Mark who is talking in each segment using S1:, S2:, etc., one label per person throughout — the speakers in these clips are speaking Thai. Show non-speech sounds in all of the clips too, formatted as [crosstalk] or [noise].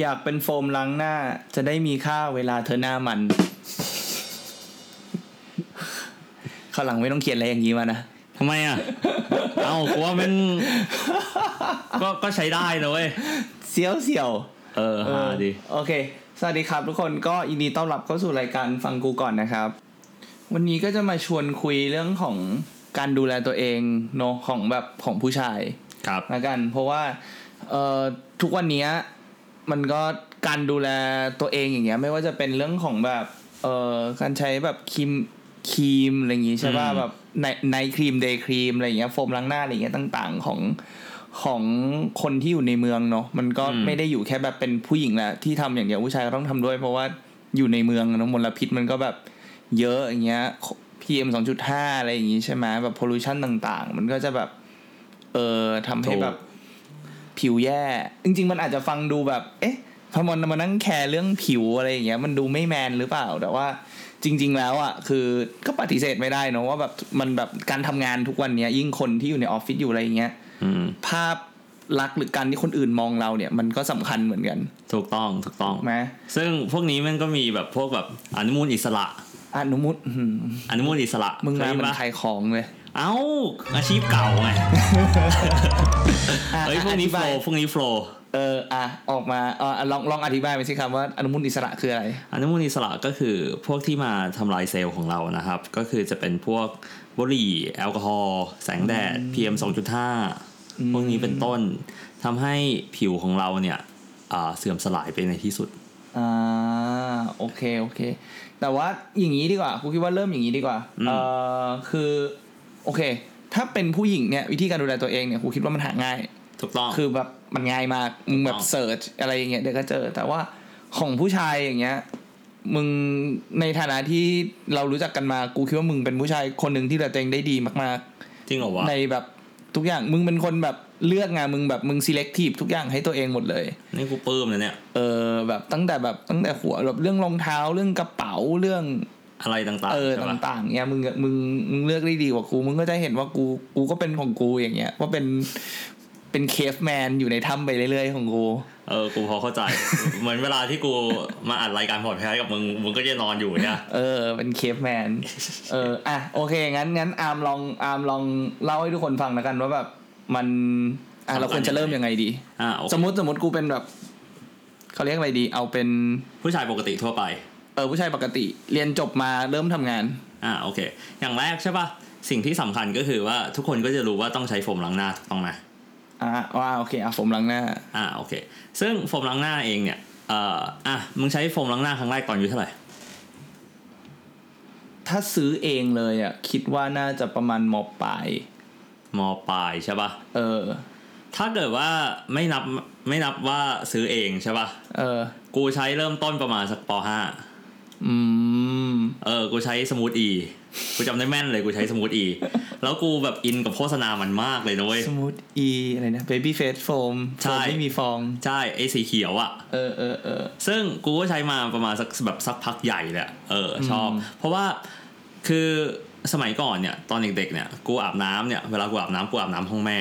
S1: อยากเป็นโฟมล้างหน้า จะได้มีค่าเวลาเธอหน้ามันข้าวหลังไม่ต้องเขียนอะไรอย่างนี้มานะ
S2: ทำไมอ่ะ เอ้ากูว่ามัน
S1: [laughs]
S2: ก็ก็ใช้ได้นะเว้ย
S1: เสียวเสียว
S2: เออ
S1: ๆเอ
S2: หา
S1: อ
S2: ดี
S1: โอเค สวัสดีครับทุกคนก็ยินดีต้อนรับเข้าสู่รายการฟังกูก่อนนะครับ วันนี้ก็จะมาชวนคุยเรื่องของการดูแลตัวเองเนาะของแบบของผู้ชาย
S2: ครับ
S1: ละกันเพราะว่าเอ่อทุกวันเนี้ยมันก็การดูแลตัวเองอย่างเงี้ยไม่ว่าจะเป็นเรื่องของแบบเอ่อการใช้แบบครีมครีมอะไรอย่างงี้ใช่ป่ะ
S2: อืม
S1: แบบในในครีมเดย์ครีมอะไรอย่างเงี้ยโฟมล้างหน้าอะไรอย่างเงี้ยต่างๆของของคนที่อยู่ในเมืองเนาะมันก็ไม่ได้อยู่แค่แบบเป็นผู้หญิงแหละที่ทำอย่างเดียวผู้ชายก็ต้องทำด้วย เพราะว่าอยู่ในเมืองเนาะมลพิษมันก็แบบเยอะอย่างเงี้ย PM 2.5อะไรอย่างงี้ใช่ไหมแบบพอลูชันต่างๆ มันก็จะแบบ เออทำให้
S2: ถูก
S1: แบบผิวแย่ จริง ๆ มันอาจจะฟังดูแบบ เอ๊ะพอมันมานั่งแคร์เรื่องผิวอะไรอย่างเงี้ย มันดูไม่แมนหรือเปล่า แต่ว่าจริง ๆ แล้วอ่ะคือก็ปฏิเสธไม่ได้เนอะว่าแบบมันแบบการทำงานทุกวันเนี้ย ยิ่งคนที่อยู่ในออฟฟิศอยู่อะไรอย่างเงี้ย
S2: อืม
S1: ภาพลักษณ์หรือการที่คนอื่นมองเราเนี่ย มันก็สำคัญเหมือนกัน
S2: ถูกต้อง ถูกต้อง
S1: ไหม
S2: ซึ่งพวกนี้มันก็มีแบบพวกแบบอนุมูลอิสระ
S1: อนุมุตอืม
S2: อนุมูลอิสระ
S1: มึงมา
S2: เคย
S1: เหมือ
S2: ปะ
S1: นขายของเลย
S2: เอ้า อาชีพเก่าไง
S1: อ่ะ
S2: เฮ้ย พวกนี้
S1: อธิ
S2: โฟ
S1: บาย
S2: ล์พวกนี้โฟล์
S1: เอออ่ะออกมาเออลองลองอธิบายไปสิครับว่าอนุมุตอิสระคืออะไร
S2: อนุมูลอิสระก็คือพวกที่มาทำลายเซลล์ของเรานะครับ ก็คือจะเป็นพวกบุหรี่แอลกอฮอล์แสงแดด PM 2.5 พวกนี้เป็นต้นทำให้ผิวของเราเนี่ยอ่าเสื่อมสลายไปในที่สุด
S1: อ่าโอเคโอเค แต่ว่าอย่างนี้ดีกว่ากูคิดว่าเริ่มอย่างนี้ดีกว่า
S2: อืม
S1: เออคือโอเค ถ้าเป็นผู้หญิงเนี่ยวิธีการดูแลตัวเองเนี่ยกูคิดว่ามันหาง่าย
S2: ถูกต้อง
S1: คือแบบมันง่ายมากมึงแบบ
S2: อ๋อ
S1: เสิร์ชอะไรอย่างเงี้ยเดี๋ยวก็เจอ แต่ว่าของผู้ชายอย่างเงี้ยมึงในฐานะที่เรารู้จักกันมากูคิดว่ามึงเป็นผู้ชายคนหนึ่งที่ดูแลตัวเองได้ดีมาก
S2: จริงเหรอวะ
S1: ๆ ในแบบทุกอย่างมึงเป็นคนแบบเลือกไงมึงแบบมึง selective ทุกอย่างให้ตัวเองหมดเลย
S2: นี่กูปลื้มนะเนี่ย
S1: เออแบบตั้งแต่แบบตั้งแต่หัวแบบเรื่องรองเท้าเรื่องกระเป๋าเรื่อง
S2: อะไรต่าง
S1: เออ
S2: ๆใช่ปะ
S1: ต่างๆเนี่ยมึงมึงมึงเลือกได้ดีกว่ากูมึงก็จะเห็นว่ากูกูก็เป็นของกูอย่างเงี้ยว่าเป็นเป็นเคฟแมนอยู่ในถ้ำไปเรื่อยๆของกู
S2: เออ กูพอเข้าใจ เหมือนเวลาที่กูมาอัดรายการพอดแคสต์กับมึง มึงก็จะนอนอยู่เนี่ย
S1: เออเป็นเคฟแมนเอออ่ะโอเคงั้นงั้นอาร์มลองอาร์มลองเล่าให้ทุกคนฟังแล้วกันว่าแบบมันอ่ะเราควรจะเริ่มยังไงดี
S2: อ่าโอเค
S1: สมมติสมมติกูเป็นแบบเขาเรียกอะไรดี เอาเป็น
S2: ผู้ชายปกติทั่วไป
S1: เออผู้ชายปกติเรียนจบมาเริ่มทำงาน
S2: อ่าโอเค อย่างแรกใช่ปะสิ่งที่สำคัญก็คือว่าทุกคนก็จะรู้ว่าต้องใช้โฟมล้างหน้าถูกต้องไหม
S1: อ่าว่าโอเคอ่ะผมล้างหน้า
S2: อ่าโอเค ซึ่งโฟมล้างหน้าเองเนี่ยเอ่ออ่ะมึงใช้โฟมล้างหน้าครั้งแรกตอนอายุเท่าไหร่
S1: ถ้าซื้อเองเลยอ่ะคิดว่าน่าจะประมาณมปลาย
S2: มปลายใช่ปะ
S1: เออ
S2: ถ้าเกิดว่าไม่นับไม่นับว่าซื้อเองใช่ปะ
S1: เออ
S2: กูใช้เริ่มต้นประมาณสักปห้า
S1: อืม
S2: เออกูใช้สมูทอีกูจำได้แม่นเลยกูใช้สมูทอีแล้วกูแบบอินกับโฆษณามันมากเลยนะเว้ย
S1: สมูทอีอะไรนะ baby face foam
S2: ใช่
S1: โฟมไม่มีฟอง
S2: ใช่ไอ้สีเขียวอะ
S1: เออเออเออ
S2: ซึ่งกูก็ใช้มาประมาณสักแบบสักพักใหญ่แหละเออชอบ
S1: อืม
S2: เพราะว่าคือสมัยก่อนเนี่ยตอนเด็กๆเนี่ยกูอาบน้ำเนี่ยเวลากูอาบน้ำกูอาบน้ำห้องแม่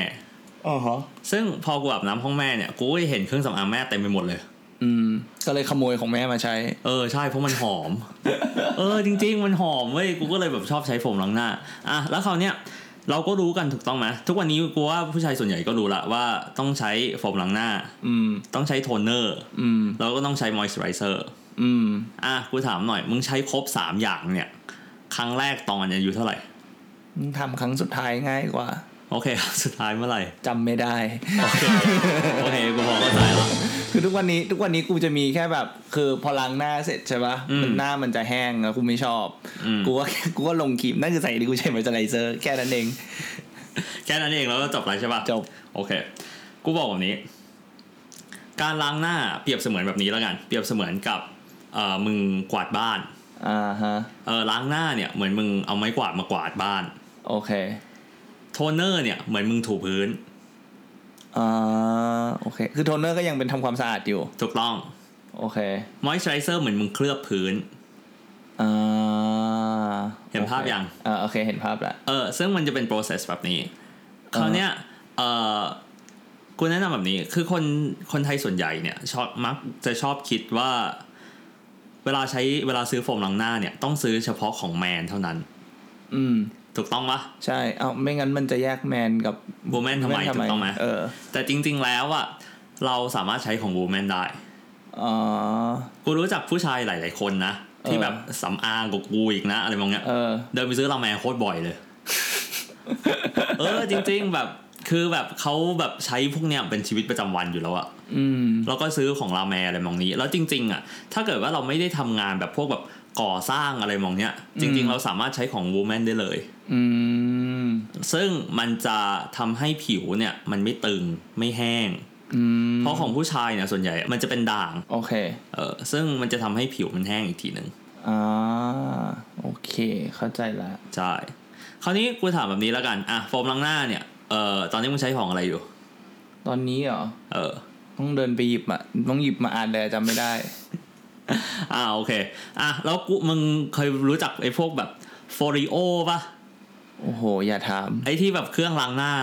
S1: อ๋อฮะ
S2: ซึ่งพอกูอาบน้ำห้องแม่เนี่ยกูก็เห็นเครื่องสำอางแม่เต็มไปหมดเลย
S1: อืม ก็เลยขโมยของแม่มาใช้
S2: เออใช่เพราะมันหอ
S1: [laughs]
S2: ม เออจริง ๆ มันหอมเว้ยกูก็เลยแบบชอบใช้โฟมล้างหน้าอ่ะแล้วคราวเนี้ยเราก็รู้กันถูกต้องไหมทุกวันนี้กูว่าผู้ชายส่วนใหญ่ก็รู้ละว่าต้องใช้โฟมล้างหน้า
S1: อืม
S2: ต้องใช้โทนเนอร์
S1: อืม
S2: แล้วก็ต้องใช้มอยส์เจอไรเซอร์
S1: อืม
S2: อ่ะกูถามหน่อย มึงใช้ครบสามอย่างเนี่ย ครั้งแรกตอนอายุเท่าไหร่
S1: ทำครั้งสุดท้ายง่ายกว่า
S2: โอเค [laughs] สุดท้ายเมื่อไหร่
S1: จำไม่ได้
S2: โอเค [laughs] โอเค กูพอเข้าใจละ
S1: คือทุกวันนี้ทุกวันนี้กูจะมีแค่แบบ คือพอล้างหน้าเสร็จใช่ปะ
S2: อืม
S1: มันหน้ามันจะแห้งแล้วกูไม่ชอบ
S2: อืม
S1: กูก็กูก็ลงครีมนั่นคือใส่ที่กูใช้มอยส์เจอไรเซอร์แค่นั้นเอง
S2: แค่นั้นเองแล้วก็จบแล้วใช่ป่ะ
S1: จบ
S2: โอเค กูบอกแบบนี้ การล้างหน้าเปรียบเสมือนแบบนี้แล้วกัน เปรียบเสมือนกับเอ่อมึงกวาดบ้าน
S1: อ่าฮะ
S2: เออล้างหน้าเนี่ยเหมือนมึงเอาไม้กวาดมากวาดบ้าน
S1: โอเค
S2: โทนเนอร์เนี่ยเหมือนมึงถูพื้น
S1: อ่า โอเค คือโทนเนอร์ก็ยังเป็นทำความสะอาดอยู่
S2: ถูกต้อง
S1: โอเค
S2: มอยส์เจอไรเซอร์เหมือนมึงเคลือบพื้น
S1: อ่า
S2: เห็นภาพยัง
S1: อ่า โอเค เห็นภาพละ
S2: เออซึ่งมันจะเป็น process แบบนี้ คราวเนี้ยเออ กูแนะนำแบบนี้ คือคนคนไทยส่วนใหญ่เนี่ยชอบมักจะชอบคิดว่า เวลาใช้เวลาซื้อโฟมล้างหน้าเนี่ยต้องซื้อเฉพาะของแมนเท่านั้น
S1: อืม
S2: ถูกต้องปะ
S1: ใช่ เอาไม่งั้นมันจะแยกแมนกับ
S2: Woman ทำไม
S1: Woman
S2: ถูกต้องไหม
S1: เออ
S2: แต่จริง ๆ แล้วอะเราสามารถใช้ของวูแมนได้
S1: อ๋อ
S2: กูรู้จักผู้ชายหลาย ๆ คนนะ ที่
S1: เออ
S2: แบบสำอางกับกูอีกนะ อะไรมองเงี้ย
S1: เออ
S2: เดินไปซื้อราแมนโคตรบ่อย [laughs] เลย เออ จริง ๆ แบบคือแบบเขาแบบใช้พวกเนี้ยเป็นชีวิตประจำวันอยู่แล้วอะ
S1: อืม
S2: แล้วก็ซื้อของราแมนอะไรมองนี้ แล้วจริง ๆอะถ้าเกิดว่าเราไม่ได้ทำงานแบบพวกแบบก่อสร้างอะไรมองเนี้ย จริง
S1: อืม
S2: ๆ เราสามารถใช้ของวูแมนได้เลย
S1: อืม
S2: ซึ่งมันจะทำให้ผิวเนี่ยมันไม่ตึงไม่แห้ง
S1: อืม
S2: เพราะของผู้ชายเนี่ยส่วนใหญ่มันจะเป็นด่าง
S1: โอเค
S2: เออซึ่งมันจะทำให้ผิวมันแห้งอีกทีหนึ่ง
S1: อ่า โอเค เข้าใจละ
S2: ใช่ คราวนี้กูถามแบบนี้แล้วกัน อ่ะโฟมล้างหน้าเนี่ย เออตอนนี้มึงใช้ของอะไรอยู่
S1: ตอนนี้เหรอ
S2: เออ
S1: ต้องเดินไปหยิบอ่ะ ต้องหยิบมาอ่านเลยจำไม่ได้
S2: อ่าโอเค อ่ะแล้วกูมึงเคยรู้จักไอ้พวกแบบโฟริโอป่ะ
S1: โอ้โห อย่าถาม
S2: ไอ้ที่แบบเครื่องล้างหน้า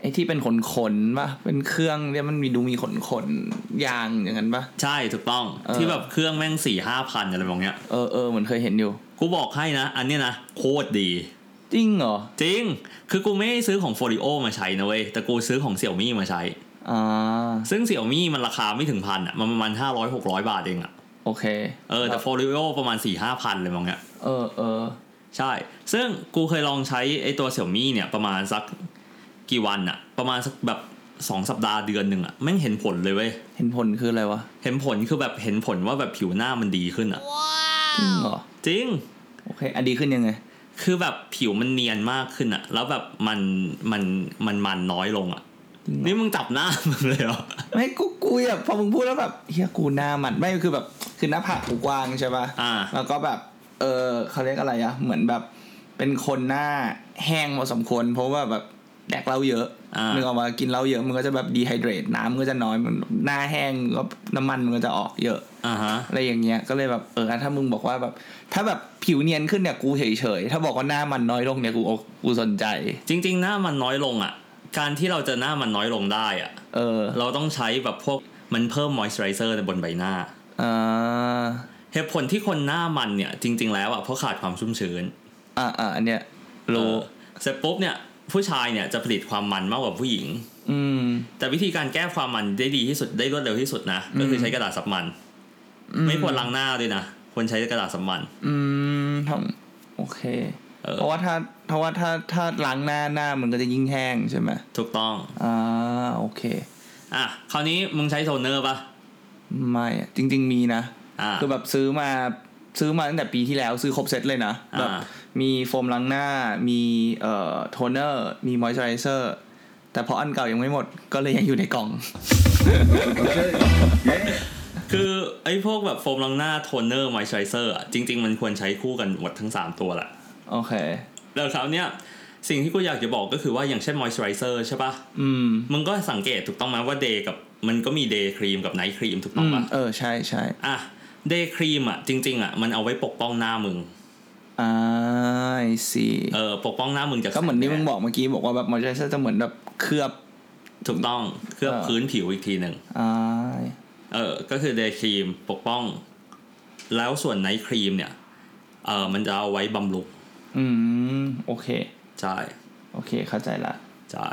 S1: ไอ้ที่เป็นขนขนๆปะเป็นเครื่องเนี่ยมันมีดูมีขนขนๆยางอย่างนั้นปะ
S2: ใช่ถูกต้อง
S1: เออ
S2: ที่แบบเครื่องแม่งสี่ห้าพันอะไรแบบเนี้ย
S1: เออเออเหมือนเคยเห็นอยู่
S2: กูบอกให้นะ อันเนี้ยนะโคตรดี
S1: จริงเหรอ
S2: จริง คือกูไม่ได้ซื้อของโฟริโอมาใช้นะเว้ย แต่กูซื้อของเสี่ยวมี่มาใช้
S1: อ่า
S2: ซึ่งเสี่ยวมี่มันราคาไม่ถึงพันอ่ะ มันประมาณห้าร้อยหกร้อยบาทเองอ่ะ
S1: โอเค
S2: เออแต่โฟลิโอประมาณ4ี่ห้าพันเลยมั้งเนี่ย
S1: เออเออ
S2: ใช่ ซึ่งกูเคยลองใช้ไอตัวเสี่ยมี่เนี่ยประมาณสักกี่วันอะประมาณสักแบบสองสัปดาห์เดือนหนึ่งอะแม่งเห็นผลเลยเว้ย
S1: เห็นผลคืออะไรวะ
S2: เห็นผลคือแบบเห็นผลว่าแบบผิวหน้ามันดีขึ้นอะ
S1: จริงเหรอ
S2: จริง
S1: โอเค อันดีขึ้นยังไง
S2: คือแบบผิวมันเนียนมากขึ้นอะแล้วแบบมันมันมันมันน้อยลงอะ
S1: จริงเหรอ
S2: นี่มึงจับหน้ามึงเลยเหรอ
S1: ไม่กูกูแบบพอมึงพูดแล้วแบบเฮียกูหน้ามันไม่คือแบบคือหน้าผากกูกว้างใช่ปะ
S2: อ่า
S1: แล้วก็แบบเออเขาเรียกอะไรอะเหมือนแบบเป็นคนหน้าแห้งพอสมควร เพราะว่าแบบแดกเหล้าเยอะ
S2: อ่านึ
S1: นึกออกมากินเหล้าเยอะมันก็จะแบบดีไฮเดรตน้ำมันก็จะน้อยมันหน้าแห้งก็น้ำมันมันก็จะออกเยอะ
S2: อ่าฮะ
S1: อะไรอย่างเงี้ยก็เลยแบบเออถ้ามึงบอกว่าแบบ ถ้าแบบผิวเนียนขึ้นเนี่ยกูเฉยเฉยๆถ้าบอกว่าหน้ามันน้อยลงเนี่ยกูโอกูสนใจ
S2: จริง ๆ หน้ามันน้อยลงอะการที่เราจะหน้ามันน้อยลงได้อะ
S1: เออ
S2: เราต้องใช้แบบพวกมันเพิ่มมอยส์เจอไรเซอร์บนใบหน้า
S1: อ่า
S2: เหตุผลที่คนหน้ามันเนี่ยจริง ๆ แล้วอ่ะเพราะขาดความชุ่มชื้น
S1: อ่าอ่าอันเนี้ยโล
S2: เออเสร็จปุ๊บเนี่ยผู้ชายเนี่ยจะผลิตความมันมากกว่าผู้หญิง
S1: อืม
S2: แต่วิธีการแก้ความมันได้ดีที่สุดได้รวดเร็วที่สุดนะก็คือใช้กระดาษสับมัน ไม่ควรล้างหน้าด้วยนะควรใช้กระดาษสับมัน
S1: อืมทำโอเค
S2: เออ
S1: เพราะว่าถ้าเพราะว่าถ้าถ้าล้างหน้าหน้ามันก็จะยิ่งแห้งใช่ไหม
S2: ถูกต้อง
S1: อ่าโอเค
S2: อ่ะคราวนี้มึงใช้โทนเนอร์ปะ
S1: ไม่อะจริง ๆ มีนะ
S2: อ่า
S1: คือแบบซื้อมาซื้อมาตั้งแต่ปีที่แล้วซื้อครบเซตเลยนะ
S2: อ่า
S1: แบบมีโฟมล้างหน้า มีเอ่อโทนเนอร์ มีมอยส์เจอไรเซอร์ แต่เพราะอันเก่ายังไม่หมดก็เลยยังอยู่ในกล่อง
S2: คือไอ้พวกแบบโฟมล้างหน้าโทนเนอร์มอยส์เจอไรเซอร์อ่ะจริง ๆ มันควรใช้คู่กันหมดทั้ง 3 ตัวแหละ
S1: โอเค
S2: แล้วคราวเนี้ยสิ่งที่กูอยากจะบอกก็คือว่าอย่างเช่นมอยส์เจอไรเซอร์ใช่ปะ
S1: อืม
S2: มึงก็สังเกตถูกต้องไหมว่าเดย์กับมันก็มีเดย์ครีมกับไนท์ครีมถูกต้
S1: อื
S2: อง
S1: ม
S2: ปะ
S1: เออใช่ใช่
S2: อ่ะเดย์ครีมอ่ะจริงๆอ่ะมันเอาไว้ปกป้องหน้ามึง
S1: อ่าไอซี
S2: เออปกป้องหน้ามึงจาก
S1: ก็เหมือนที่มึง
S2: แสงแดด
S1: บอกเมื่อกี้บอกว่าแบบมอยส์เจอไรเซอร์จะเหมือนแบบเคลือบ
S2: ถูกต้องเคลือบ
S1: เออ
S2: พื้นผิวอีกทีหนึ่ง
S1: อ่า
S2: เออก็คือเดย์ครีมปกป้อง แล้วส่วนไนท์ครีมเนี่ยเออมันจะเอาไว้บำรุง
S1: อืมโอเค
S2: ใช่
S1: โอเคเข้าใจละ
S2: ใช่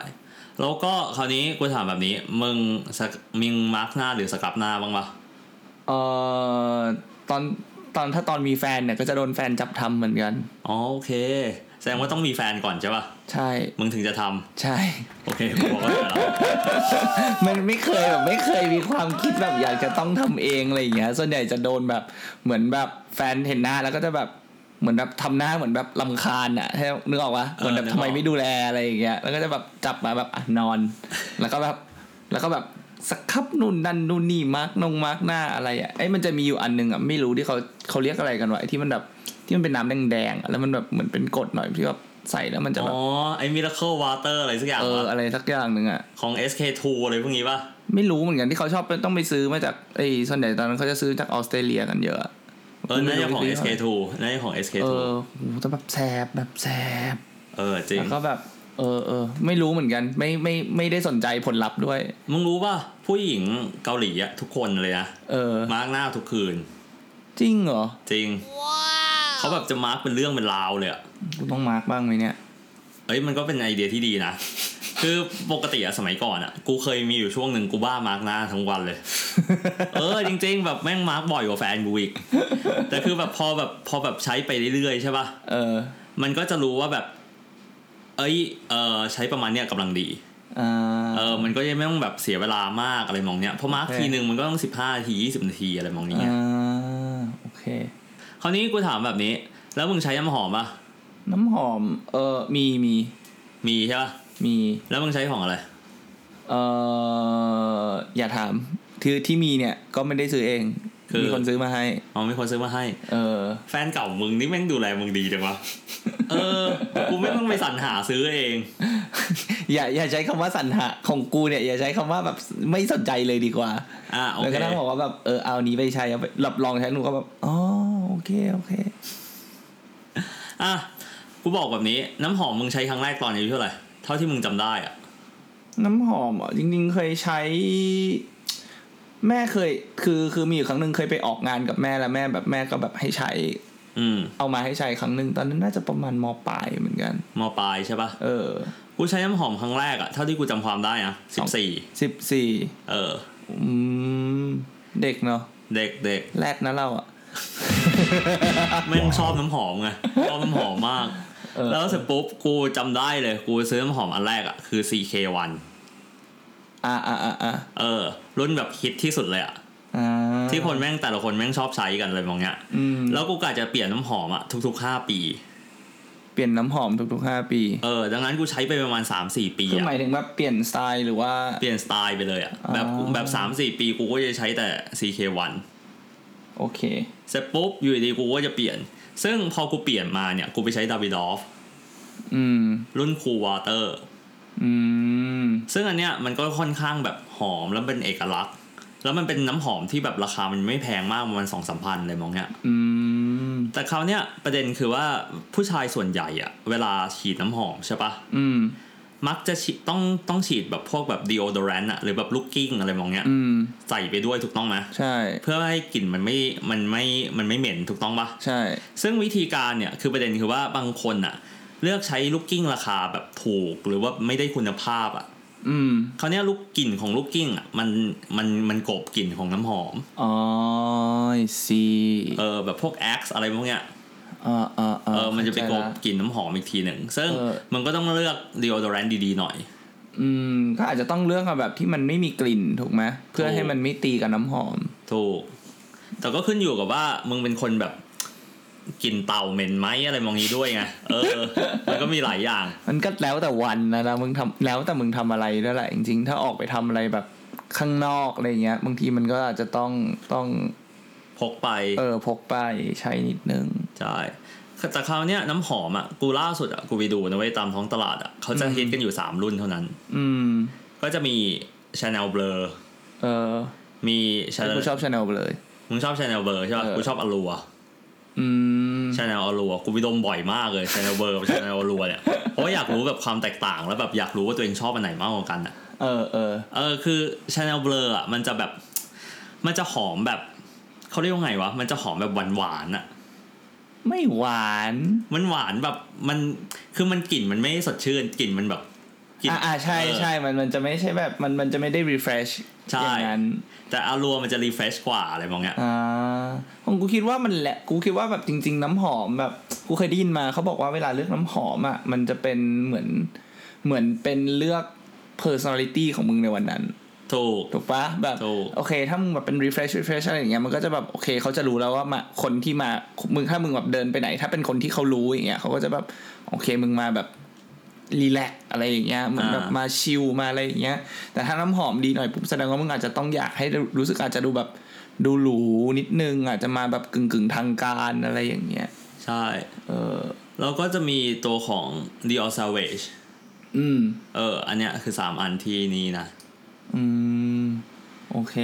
S2: แล้วก็คราวนี้กูถามแบบนี้มึงสักมึงมาร์กหน้าหรือสครับหน้าบ้างปะ
S1: เอ่อตอนตอนถ้าตอนมีแฟนเนี่ยก็จะโดนแฟนจับทำเหมือนกัน
S2: อ๋อโอเค แสดงว่าต้องมีแฟนก่อนใช่ปะ
S1: ใช่
S2: มึงถึงจะทำ
S1: ใช่
S2: โอเคกูบอกแล้ว
S1: มันไม่เคยแบบไม่เคยมีความคิดแบบอยากจะต้องทำเองอะไรอย่างเงี้ย ส่วนใหญ่จะโดนแบบเหมือนแบบแฟนเห็นหน้าแล้วก็จะแบบเหมือนแบบทำหน้าเหมือนแบบลำคาญอ่ะให้นึกออกปะเหมือนแบบ
S2: นึกออ
S1: ทำ
S2: ก
S1: ไมไม่ดูแลอะไรอย่างเงี้ย แล้วก็จะแบบจับมาแบบอ่ะนอน แล้วก็แบบแล้วก็แบบสครับนู่นนั่นนู่นนี่มาร์กนงมาร์กหน้าอะไรอ่ะไอ้ยมันจะมีอยู่อันหนึงอ่ะไม่รู้ที่เขาเขาเรียกอะไรกันวะไอ้ที่มันแบบที่มันเป็นน้ำแดงๆอะแล้วมันแบบเหมือนเป็นกรดหน่อยที่แบบใส่แล้วมันจะแบบ
S2: อ๋อ ไอ้ Miracle Water อะไรสักอย่าง
S1: เออ
S2: วะ
S1: อะไรสักอย่างหนึ่งอ่ะ
S2: ของ SK2 อะไรพวกนี้ป่ะ
S1: ไม่รู้เหมือนกันที่เขาชอบไปต้องไปซื้อมาจากไอ้ส่วนใหญ่ตอนนั้นเขาจะซื้อจากออสเตรเลียกันเยอะ
S2: เออน่าจะของ
S1: ไม่รู้วิธี
S2: SK2 น่าจะของ
S1: เออ
S2: SK2
S1: โหแต่แบบแสบแบบแสบ
S2: เออ จริง
S1: แล้วก็แบบ เออเออไม่รู้เหมือนกัน ไม่ไม่ไม่ได้สนใจผลลัพธ์ด้วย
S2: มึงรู้ป่ะ ผู้หญิงเกาหลีอะทุกคนเลยนะ
S1: เออ
S2: มาร์กหน้าทุกคืน
S1: จริงเหรอ
S2: จริง เขาแบบจะมาร์กเป็นเรื่องเป็นราวเลยอะ
S1: กูต้องมาร์กบ้างไหมเนี่ย [laughs]
S2: เอ้ยมันก็เป็นไอเดียที่ดีนะ คือปกติอะสมัยก่อนอะกูเคยมีอยู่ช่วงหนึ่งกูบ้ามาร์กหน้าทั้งวันเลย เออจริง ๆ แบบแม่งมาร์กบ่อยกว่าแฟนกูอีก แต่คือแบบพอแบบพอแบบใช้ไปเรื่อยๆใช่ป่ะ
S1: เออ
S2: มันก็จะรู้ว่าแบบ เอ้ย เออใช้ประมาณเนี้ยกำลังดี
S1: อ่า
S2: เออ มันก็ยังไม่ต้องแบบเสียเวลามากอะไรมองเนี้ยเพราะมาร์ก
S1: โอเค
S2: ทีหนึ่งมันก็ต้องสิบห้าทียี่สิบนาทีอะไรมองนี้ย
S1: อ่าโอเค
S2: คราวนี้กูถามแบบนี้ แล้วมึงใช้น้ำหอมปะ
S1: น้ำหอม เออมีมี
S2: มีใช่ปะ
S1: มี
S2: แล้วมึงใช้ของอะไร
S1: เอออย่าถามคือที่มีเนี่ยก็ไม่ได้ซื้อเอง
S2: คือ
S1: มีคนซื้อมาให้
S2: อ๋อมีคนซื้อมาให้
S1: เออ
S2: แฟนเก่ามึงนี่แม่งดูแลมึงดีจังวะ เออ กูไม่ต้องไปสรรหาซื้อเอง
S1: [laughs] อย่าอย่าใช้คำว่าสันหะของกูเนี่ยอย่าใช้คำว่าแบบไม่สนใจเลยดีกว่า
S2: อ่ะโอ
S1: แล้ว
S2: เค
S1: ก็ต้องบอกว่าแบบเออเอานี้ไปใช้เอาไปหลับลองใช้หนูก็แบบอ๋อโอเคโอเค
S2: อ่ะกูบอกแบบนี้น้ำหอมมึงใช้ครั้งแรกตอนอายุเท่าไหร่เท่าที่มึงจำได้อ่ะ
S1: น้ำหอมเหรอ่ะจริง ๆ เคยใช้ แม่เคย คือคือมีอยู่ครั้งหนึ่งเคยไปออกงานกับแม่แล้วแม่แบบแม่ก็แบบให้ใช้
S2: อืม
S1: เอามาให้ใช้ครั้งหนึ่งตอนนั้นน่าจะประมาณมปลายเหมือนกัน
S2: มปลายใช่ปะ
S1: เออ
S2: กูใช้น้ำหอมครั้งแรกอ่ะเท่าที่กูจำความได้นะสิบสี่
S1: สิบสี่
S2: เออ
S1: อืมเด็กเนาะ
S2: เด็กเด็ก
S1: แรดนะเราอ่ะ
S2: แม่งชอบน้ำหอมไงชอบน้ำหอมมาก
S1: เออ
S2: แล้วเสร็จปุ๊บกูจำได้เลย กูซื้อน้ำหอมอันแรกอ่ะคือ CK1
S1: อ่าอ่าอ่าอ่า
S2: เออ รุ่นแบบฮิตที่สุดเลยอ่ะ
S1: อ่า
S2: ที่คนแม่งแต่ละคนแม่งชอบใช้กันเลยมองเนี้ย
S1: อืม
S2: แล้วกูกะจะเปลี่ยนน้ำหอมอ่ะทุกๆ 5 ปี
S1: เปลี่ยนน้ำหอมทุกๆห้าปี
S2: เออ ดังนั้นกูใช้ไปประมาณ 3-4 ปี
S1: คือห
S2: อ่ะ
S1: มายถึงว่าเปลี่ยนสไตล์หรือว่า
S2: เปลี่ยนสไตล์ไปเลยอ่ะ แบบ
S1: อ๋อ
S2: แบบ 3-4 ปีกูก็จะใช้แต่ CK1
S1: โอเค
S2: เสร็จปุ๊บอยู่ดีกูก็จะเปลี่ยน ซึ่งพอกูเปลี่ยนมาเนี่ย กูไปใช้ดาวิดอฟ
S1: อืม
S2: รุ่นคูลวอเตอร์
S1: อืม
S2: ซึ่งอันเนี้ยมันก็ค่อนข้างแบบหอมแล้วเป็นเอกลักษณ์ แล้วมันเป็นน้ำหอมที่แบบราคามันไม่แพงมากประมาณสองสามพันเลยมองเนี้ย
S1: อืม
S2: แต่คราวเนี้ยประเด็นคือว่าผู้ชายส่วนใหญ่อะเวลาฉีดน้ำหอมใช่ปะ
S1: อืม
S2: มักจะฉีดต้องต้องฉีดแบบพวกแบบดีโอดอแรนอะหรือแบบลูกกิ้งอะไรมองเนี้ย
S1: อืม
S2: ใส่ไปด้วยถูกต้องไหม
S1: ใช่
S2: เพื่อให้กลิ่นมันไม่มันไม่มันไม่เหม็นถูกต้องปะ
S1: ใช่
S2: ซึ่งวิธีการเนี่ยคือประเด็นคือว่าบางคนอะเลือกใช้ลูกกิ้งราคาแบบถูกหรือว่าไม่ได้คุณภาพอะ
S1: อืม
S2: คราวเนี้ยลูกกลิ่นของลูกกิ้งอ่ะมันมันมันกลบกลิ่นของน้ำหอม
S1: อ๋อซี
S2: เออแบบพวกแอคอะไรพวกเนี้ย
S1: อ่าอ่า
S2: เออมันจะไป
S1: เข้าก
S2: ลบ
S1: ละ
S2: กลิ่นน้ำหอมอีกทีหนึ่ง ซึ่ง
S1: เออ
S2: มันก็ต้องเลือกดีโอดอแรนดีๆหน่อย
S1: อืม ก็อาจจะต้องเลือกเอาแบบที่มันไม่มีกลิ่นถูกไหมเพื่อให้มันไม่ตีกับน้ำหอม
S2: ถูก แต่ก็ขึ้นอยู่กับว่ามึงเป็นคนแบบกลิ่นเต่าเหม็นไหมอะไรมองนี้ด้วยไงเออ มันก็มีหลายอย่าง
S1: มันก็แล้วแต่วันนะนะมึงทำแล้วแต่มึงทำอะไรด้วยแหละจริงๆ ถ้าออกไปทำอะไรแบบข้างนอกอะไรเงี้ย บางทีมันก็อาจจะต้องต้อง
S2: พกไป
S1: เออพกไปใช้นิดนึง
S2: ใช่แต่คราวเนี้ยน้ำหอมอ่ะกูล่าสุดอ่ะกูไปดูนะเว้ยตามท้องตลาดอ่ะเขาจะฮิตกันอยู่สามรุ่นเท่านั้น
S1: อืม
S2: ก็จะมี Chanel Blur
S1: เออ
S2: มี
S1: แต่กู
S2: Chanel
S1: ชอบชาแนลเลย
S2: มึงชอบชาแนลเบอร์ใช่ป่ะ
S1: เออ
S2: กูชอบอลัว
S1: อืม
S2: ชาแนลอลัว กูไปดมบ่อยมากเลยชาแนลเบอร์กับชาแนลอลัวเนี่ย เพราะว่าอยากรู้แบบความแตกต่าง แล้วแบบอยากรู้ว่าตัวเองชอบอันไหนมากกว่ากันอ่ะ
S1: เออเออ
S2: เออคือชาแนลเบอร์อ่ะมันจะแบบ มันจะหอมแบบ เขาเรียกว่าไงวะ มันจะหอมแบบหวานๆอ่ะ
S1: ไม่หวาน
S2: มันหวานแบบมัน คือมันกลิ่นมันไม่สดชื่น กลิ่นมันแบบกลิ่น
S1: อ่าอ่าใช่
S2: เออ
S1: ใช่มันมันจะไม่ใช่แบบมันมันจะไม่ได้ refresh
S2: ใช่
S1: อย่างนั้น
S2: แต่อลัวมันจะรีเฟรชกว่าอะไรมองเงี้ย
S1: อ่าผมกูคิดว่ามันแหละกูคิดว่าแบบจริง ๆ น้ำหอมแบบกูเคยได้ยินมาเขาบอกว่าเวลาเลือกน้ำหอมอ่ะมันจะเป็นเหมือนเหมือนเป็นเลือก personality ของมึงในวันนั้น
S2: ถูก
S1: ถูกปะแบบ
S2: ถูก
S1: โอเค ถ้ามึงแบบเป็น refresh refresh อะไรอย่างเงี้ยมันก็จะแบบโอเคเขาจะรู้แล้วว่ามาคนที่มามึงถ้ามึงแบบเดินไปไหน ถ้าเป็นคนที่เขารู้อย่างเงี้ยเขาก็จะแบบโอเคมึงมาแบบรีแลกอะไรอย่างเงี้ยเหมือนแบบมาชิลมาอะไรอย่างเงี้ย แต่ถ้าน้ำหอมดีหน่อยปุ๊บแสดงว่ามึงอาจจะต้องอยากให้รู้สึกอาจจะดูแบบดูหรูนิดนึงอาจจะมาแบบกึ่งกึ่งๆทางการอะไรอย่างเงี้ย
S2: ใช่
S1: เออ
S2: แล้วก็จะมีตัวของ Dior Savage
S1: อืม
S2: เออ อันเนี้ยคือสามอันที่นี่นะ
S1: อืม โอเค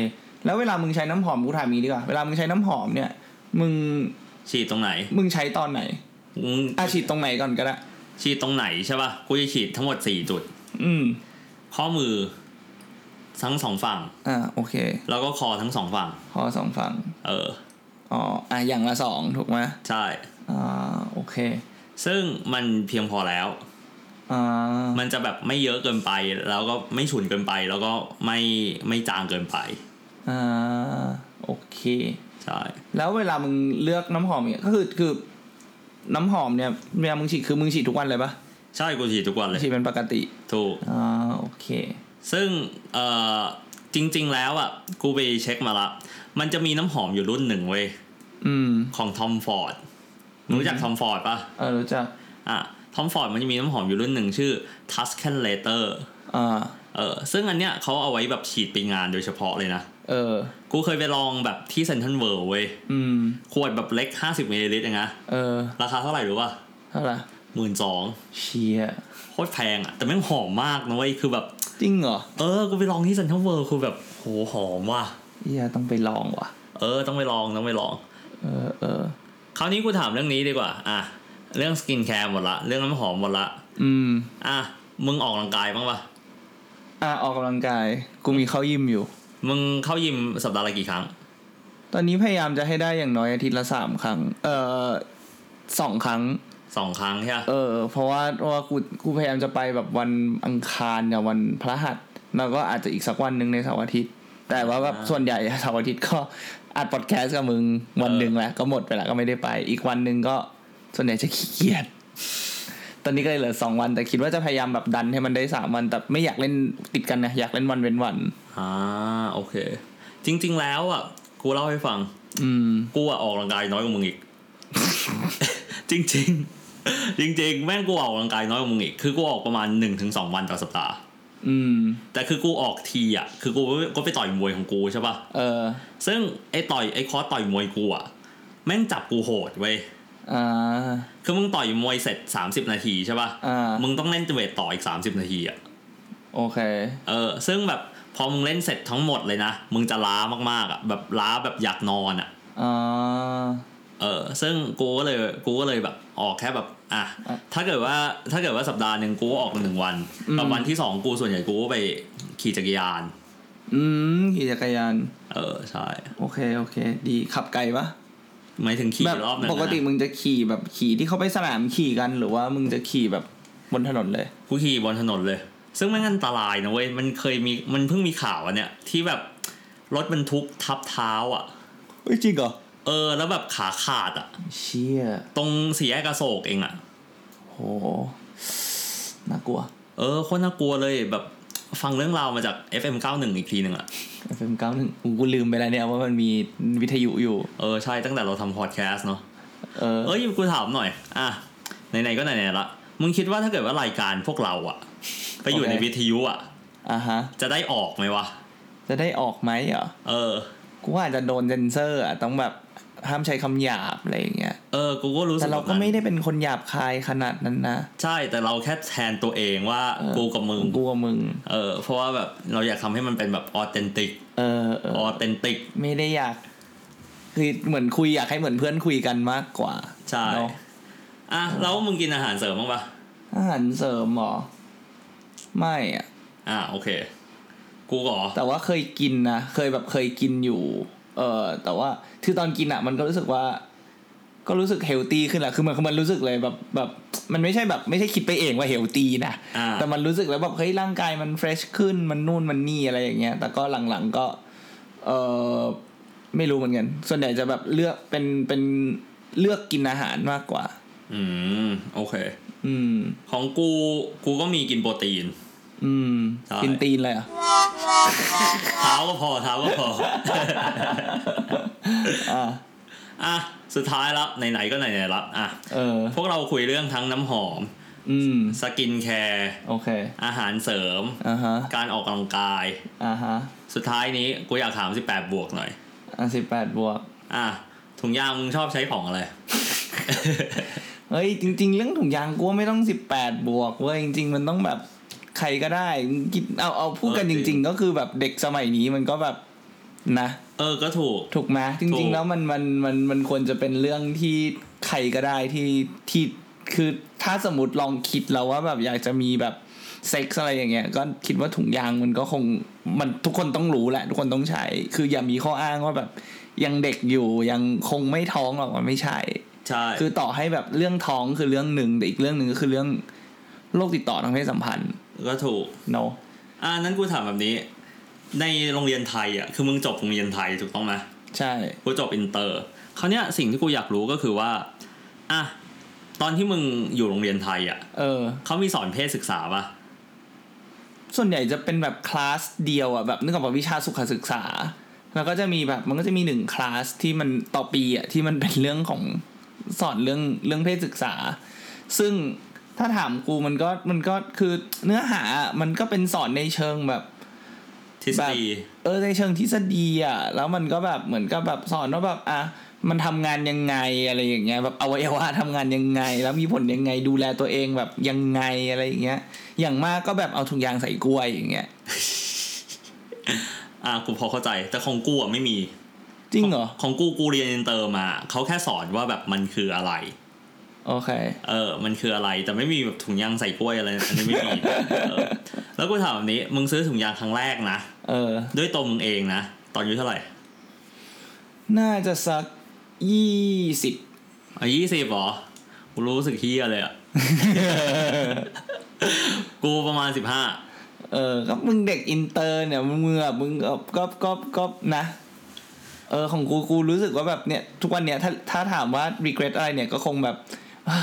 S1: แล้วเวลามึงใช้น้ำหอมกูถามมีกดีกว่าเวลามึงใช้น้ำหอมเนี่ย มึง
S2: ฉีดตรงไหน
S1: มึงใช้ตอนไหน
S2: มึง
S1: อาฉีดตรงไหนก่อนก็ได้
S2: ฉีดตรงไหนใช่ป่ะกูจะฉีดทั้งหมดสี่จุด
S1: อืม
S2: ข้อมือทั้งสองฝั่ง
S1: อ่าโอเค
S2: แล้วก็คอทั้งสองฝั่ง
S1: ข้อสองฝั่ง
S2: เออ
S1: อ๋ออ่ะอย่างละสองถูกไหม
S2: ใช่
S1: อ่าโอเค
S2: ซึ่งมันเพียงพอแล้ว
S1: อ่า
S2: มันจะแบบไม่เยอะเกินไป แล้วก็ไม่ฉุนเกินไป แล้วก็ไม่ไม่จางเกินไป
S1: อ่าโอเค
S2: ใช่
S1: แล้วเวลามึงเลือกน้ำหอมเนี่ยก็คือคือน้ำหอมเนี่ยเวลามึงฉีดคือมึงฉีดทุกวันเลยปะ
S2: ใช่กูฉีดทุกวันเลย
S1: ฉีดเป็นปกติ
S2: ถูก
S1: อ่าโอเค
S2: ซึ่งเอ่อจริง ๆ แล้วอ่ะ กูไปเช็คมาละ มันจะมีน้ำหอมอยู่รุ่นหนึ่งเว้ย
S1: อืม
S2: ของทอมฟอร์ดรู้จักทอมฟอร์ดปะ
S1: เออรู้จัก
S2: อ่ะทอมฟอร์ดมันจะมีน้ำหอมอยู่รุ่นหนึ่งชื่อ Tuscan Leather
S1: อ่า
S2: เออซึ่งอันเนี้ยเขาเอาไว้แบบฉีดไปงานโดยเฉพาะเลยนะ
S1: เออ
S2: กูเคยไปลองแบบที่เซนทรัลเวิลด์เว้ย
S1: อืม
S2: ขวดแบบเล็ก 50มิลลิลิตรเองนะ
S1: เออ
S2: ราคาเท่าไหร่รู้ป่ะ
S1: เท่าไหร่
S2: หมื่นสอง
S1: เชีย
S2: โคตรแพงอ่ะ แต่แม่งหอมมากนะเว้ย คือแบบ
S1: จริงเหรอ
S2: เออ กูไปลองที่เซนทรัลเวิลด์คือแบบโหหอมว่ะ
S1: เฮียต้องไปลองว่ะ
S2: เออ ต้องไปลอง ต้องไปลอง
S1: เออเออ
S2: คราวนี้กูถามเรื่องนี้ดีกว่า อ่ะ เรื่องสกินแคร์หมดละ เรื่องน้ำหอมหมดละ
S1: อืม
S2: อ่ะ มึงออกกำลังกายบ้างปะ
S1: อ่ะออกกำลังกาย กูมีเข้ายิมอยู่
S2: มึงเข้ายิมสัปดาห์ละกี่ครั้ง
S1: ตอนนี้พยายามจะให้ได้อย่างน้อยอาทิตย์ละสามครั้ง เออสองครั้ง
S2: สองครั้งใช่ปะ
S1: เออ เพราะว่าเพราะว่ากูกูพยายามจะไปแบบวันอังคารกับวันพระหัสแล้วก็อาจจะอีกสักวันหนึ่งในเสาร์อาทิตย์ แต่ว่าแบบส่วนใหญ่ [laughs] เสาร์อาทิตย์ก็อัดพอดแคสต์กับมึงวันหนึ่งแล้วก็หมดไปแล้วก็ไม่ได้ไป อีกวันหนึ่งก็ส่วนใหญ่จะขี้เกียจ [laughs] ตอนนี้ก็เลยเหลือสองวันแต่คิดว่าจะพยายามแบบดันให้มันได้สามวัน แต่ไม่อยากเล่นติดกันนะอยากเล่นวันเว้นวัน
S2: อ่า โอเค จริง ๆ แล้วอ่ะ กูเล่าให้ฟัง
S1: อืม
S2: กูอะออกกำลังกายน้อยกว่ามึงอีก [laughs] จริงจริงๆ จริง ๆ แม่งกูออกกำลังกายน้อยกว่ามึงอีก คือกูออกประมาณหนึ่งถึงสองวันต่อสัปดาห์
S1: อืม
S2: แต่คือกูออกทีอ่ะ คือกูก็ไปต่อยมวยของกูใช่ป่ะ
S1: เออ
S2: ซึ่งไอ้ต่อยไอ้คอร์สต่อยมวยกูอ่ะ แม่งจับกูโหดเว้ย
S1: อ่า
S2: คือมึงต่อยมวยเสร็จ 30 นาทีใช่ป่ะ
S1: อ่ามึ
S2: มึงต้องเล่นเวทต่ออีก 30 นาทีอ่ะ
S1: โอเค
S2: เออ ซึ่งแบบพอมึงเล่นเสร็จทั้งหมดเลยนะ มึงจะล้ามากๆอ่ะ แบบล้าแบบอยากนอนอ่ะ
S1: อ่า
S2: เออซึ่งกูก็เลยกูก็เลยแบบออกแค่แบบอ่ะ
S1: อ่ะ
S2: ถ้าเกิดว่าถ้าเกิดว่าสัปดาห์หนึ่งกูก็ออกหนึ่งวัน
S1: อืม
S2: แต่วันที่สองกูส่วนใหญ่กูก็ไปขี่จักรยาน
S1: อืมขี่จักรยาน
S2: เออใช่
S1: โอเค โอเค ดีขับไกลปะ
S2: หมายถึงขี่
S1: แบบ
S2: รอบหนึง
S1: ปกติ
S2: นะ
S1: มึงจะขี่แบบขี่ที่เขาไปสนามขี่กันหรือว่ามึงจะขี่แบบบนถนนเลย
S2: กูขี่บนถนนเลย ซึ่งแม่งอันตรายนะเว้ยมันเคยมีมันเพิ่งมีข่าวอันเนี้ยที่แบบรถบรรทุกทับเท้าอ่ะ
S1: เฮ้ยจริงเหรอ
S2: เออ แล้วแบบขาขาดอ่ะ
S1: เชี่ย
S2: ตรงสี่แยกอโศกเองอ่ะ
S1: โหน่ากลัว
S2: เออโคนน่ากลัวเลยแบบฟังเรื่องราวมาจาก FM91 อีกทีหนึ่งอ่ะ
S1: FM91 อู้กูลืมไปแล้วเนี่ยว่ามันมีวิทยุอยู่
S2: เออใช่ตั้งแต่เราทำพอดแคสต์เนาะ
S1: เออ
S2: เอ้ยกูถามหน่อย อ่ะ ไหนๆก็ไหนๆละ มึงคิดว่าถ้าเกิดว่ารายการพวกเราอะไปอยู่
S1: โอเค
S2: ในวิทยุอะ
S1: อ่ะฮะ
S2: จะได้ออกไหมวะ
S1: จะได้ออกไหมเหรอ
S2: เออ
S1: กูว่าอาจจะโดนเซนเซอร์อ่ะต้องแบบห้ามใช้คำหยาบอะไรอย่างเงี้ย
S2: เออ กูก็รู้สึ
S1: แต่
S2: ก
S1: เราก็
S2: แบบนั้น
S1: ไม่ได้เป็นคนหยาบคายขนาดนั้นนะ
S2: ใช่ แต่เราแค่แทนตัวเองว่า
S1: เออ
S2: กูกับมึง
S1: กูกับมึง
S2: เออ เพราะว่าแบบเราอยากทำให้มันเป็นแบบออเทนติก
S1: เออเอ
S2: อ
S1: อ
S2: อเทนติก
S1: ไม่ได้อยาก คือเหมือนคุยอยากให้เหมือนเพื่อนคุยกันมากกว่า
S2: ใช่
S1: เนอะ
S2: อ่ะ แล้วมึงกินอาหารเสริมบ้างปะ
S1: อาหารเสริมเหรอ ไม่อะ
S2: อ่ะ โอเค กูก่อ
S1: แต่ว่าเคยกินนะเคยแบบเคยกินอยู่ เออแต่ว่าคือตอนกินอะมันก็รู้สึกว่า ก็รู้สึกเฮลตี้ขึ้นแหละคือมันคือมันรู้สึกเลยแบบแบบมันไม่ใช่แบบ ไม่ใช่คิดไปเองว่าเฮลตี้นะ
S2: อ่ะ
S1: แต่มันรู้สึกแล้วแบบเฮ้ยร่างกายมันเฟรชขึ้นมันนู่นมันนี่อะไรอย่างเงี้ย แต่ก็หลังๆก็ เออไม่รู้เหมือนกัน ส่วนใหญ่จะแบบเลือกเป็นเป็นเลือกกินอาหารมากกว่า
S2: อืม โอเค
S1: อืม
S2: ของกูกูก็มีกินโปรตีน
S1: อืม
S2: ใช่
S1: กินตีนเลยเหรอ่ะ
S2: เท้าก็พอเท้าก็พอ
S1: อ่า
S2: อ่ะสุดท้ายแล้วไหนๆก็ไหนๆแล้วอ่ะ
S1: เออ
S2: พวกเราคุยเรื่องทั้งน้ำหอม
S1: อืม
S2: สกินแคร์
S1: โอเค
S2: อาหารเสริม
S1: อ่าฮะ
S2: การออกกำลังกาย
S1: อ่าฮะ
S2: สุดท้ายนี้กูอยากถาม 18 บวกหน่อย
S1: อ่ะสิบแปดบวก
S2: อ่ะถุงยางมึงชอบใช้ของอะไร [laughs]
S1: เฮ้ยจริง ๆ เรื่องถุงยางกูว่าไม่ต้องสิบแปดบวกเว้ยจริง ๆ มันต้องแบบใครก็ได้กินเอาเอาพูดกันจ
S2: เออจริง
S1: ริง ๆ ก็คือแบบเด็กสมัยนี้มันก็แบบนะ
S2: เออก็ถูก
S1: ถูกไหมจ
S2: ถู
S1: ริง
S2: ก
S1: ๆ แล้วมันมันมันมันควรจะเป็นเรื่องที่ใครก็ได้ที่ที่ คือถ้าสมมติลองคิดแล้วว่าแบบอยากจะมีแบบเซ็กซ์อะไรอย่างเงี้ยก็คิดว่าถุงยางมันก็คงมันทุกคนต้องรู้แหละ ทุกคนต้องใช้ คืออย่ามีข้ออ้างว่าแบบยังเด็กอยู่ยังคงไม่ท้องหรอกมันไม่ใช่
S2: ใช่
S1: คือต่อให้แบบเรื่องท้องคือเรื่องหนึ่งแต่อีกเรื่องหนึ่งก็คือเรื่องโรคติดต่อทางเพศสัมพันธ์
S2: ก็ถูก
S1: เนาะ
S2: อ่านั้นกูถามแบบนี้ ในโรงเรียนไทยอ่ะคือมึงจบโรงเรียนไทยถูกต้องไหม
S1: ใช่
S2: กูจบอินเตอร์เขาวเนี้ยสิ่งที่กูอยากรู้ก็คือว่าอ่ะตอนที่มึงอยู่โรงเรียนไทยอ่ะ
S1: เออ
S2: เขามีสอนเพศศึกษาปะ
S1: ส่วนใหญ่จะเป็นแบบคลาสเดียวอ่ะแบบนึกออกป่ะวิชาสุขศึกษา แล้วก็จะมีแบบมันก็จะมีหนึ่งคลาสที่มันต่อปีอ่ะที่มันเป็นเรื่องของสอนเรื่องเรื่องเพศศึกษา ซึ่งถ้าถามกูมันก็มันก็คือเนื้อหาอะมันก็เป็นสอนในเชิงแบบ
S2: ทฤษฎี
S1: เออในเชิงทฤษฎีอ่ะแล้วมันก็แบบเหมือนกับแบบสอนว่าแบบอ่ะมันทำงานยังไงอะไรอย่างเงี้ยแบบอวัยวะทำงานยังไง แล้วมีผลยังไงดูแลตัวเองแบบยังไงอะไรอย่างเงี้ย อย่างมากก็แบบเอาถุงยางใส่กล้วยอย่างเงี้ย
S2: อ่ะกูพอเข้าใจ แต่ของกูอ่ะไม่มี
S1: จริงเหรอ
S2: ของกูกูเรียนอินเตอร์มาเขาแค่สอนว่าแบบมันคืออะไร
S1: โอเค
S2: เออ มันคืออะไร แต่ไม่มีแบบถุงยางใส่กล้วยอะไร อันนี้ไม่มี เออแล้วกูถามแบบนี้ มึงซื้อถุงยางครั้งแรกนะ
S1: เออ
S2: ด้วยตัวมึงเองนะ ตอนอายุเท่าไหร่
S1: น่าจะสักยี่สิบ
S2: อายุยี่สิบหรอ กูรู้สึกเฮียเลยอ่ะ กูประมาณสิบห้า
S1: เออก็มึงเด็กอินเตอร์เนี่ยมึงแบบมึงก็ก็ก็ก็นะ เออของกูกูรู้สึกว่าแบบเนี่ย ทุกวันเนี่ยถ้าถ้าถามว่า regret อะไรเนี่ยก็คงแบบ [sighs]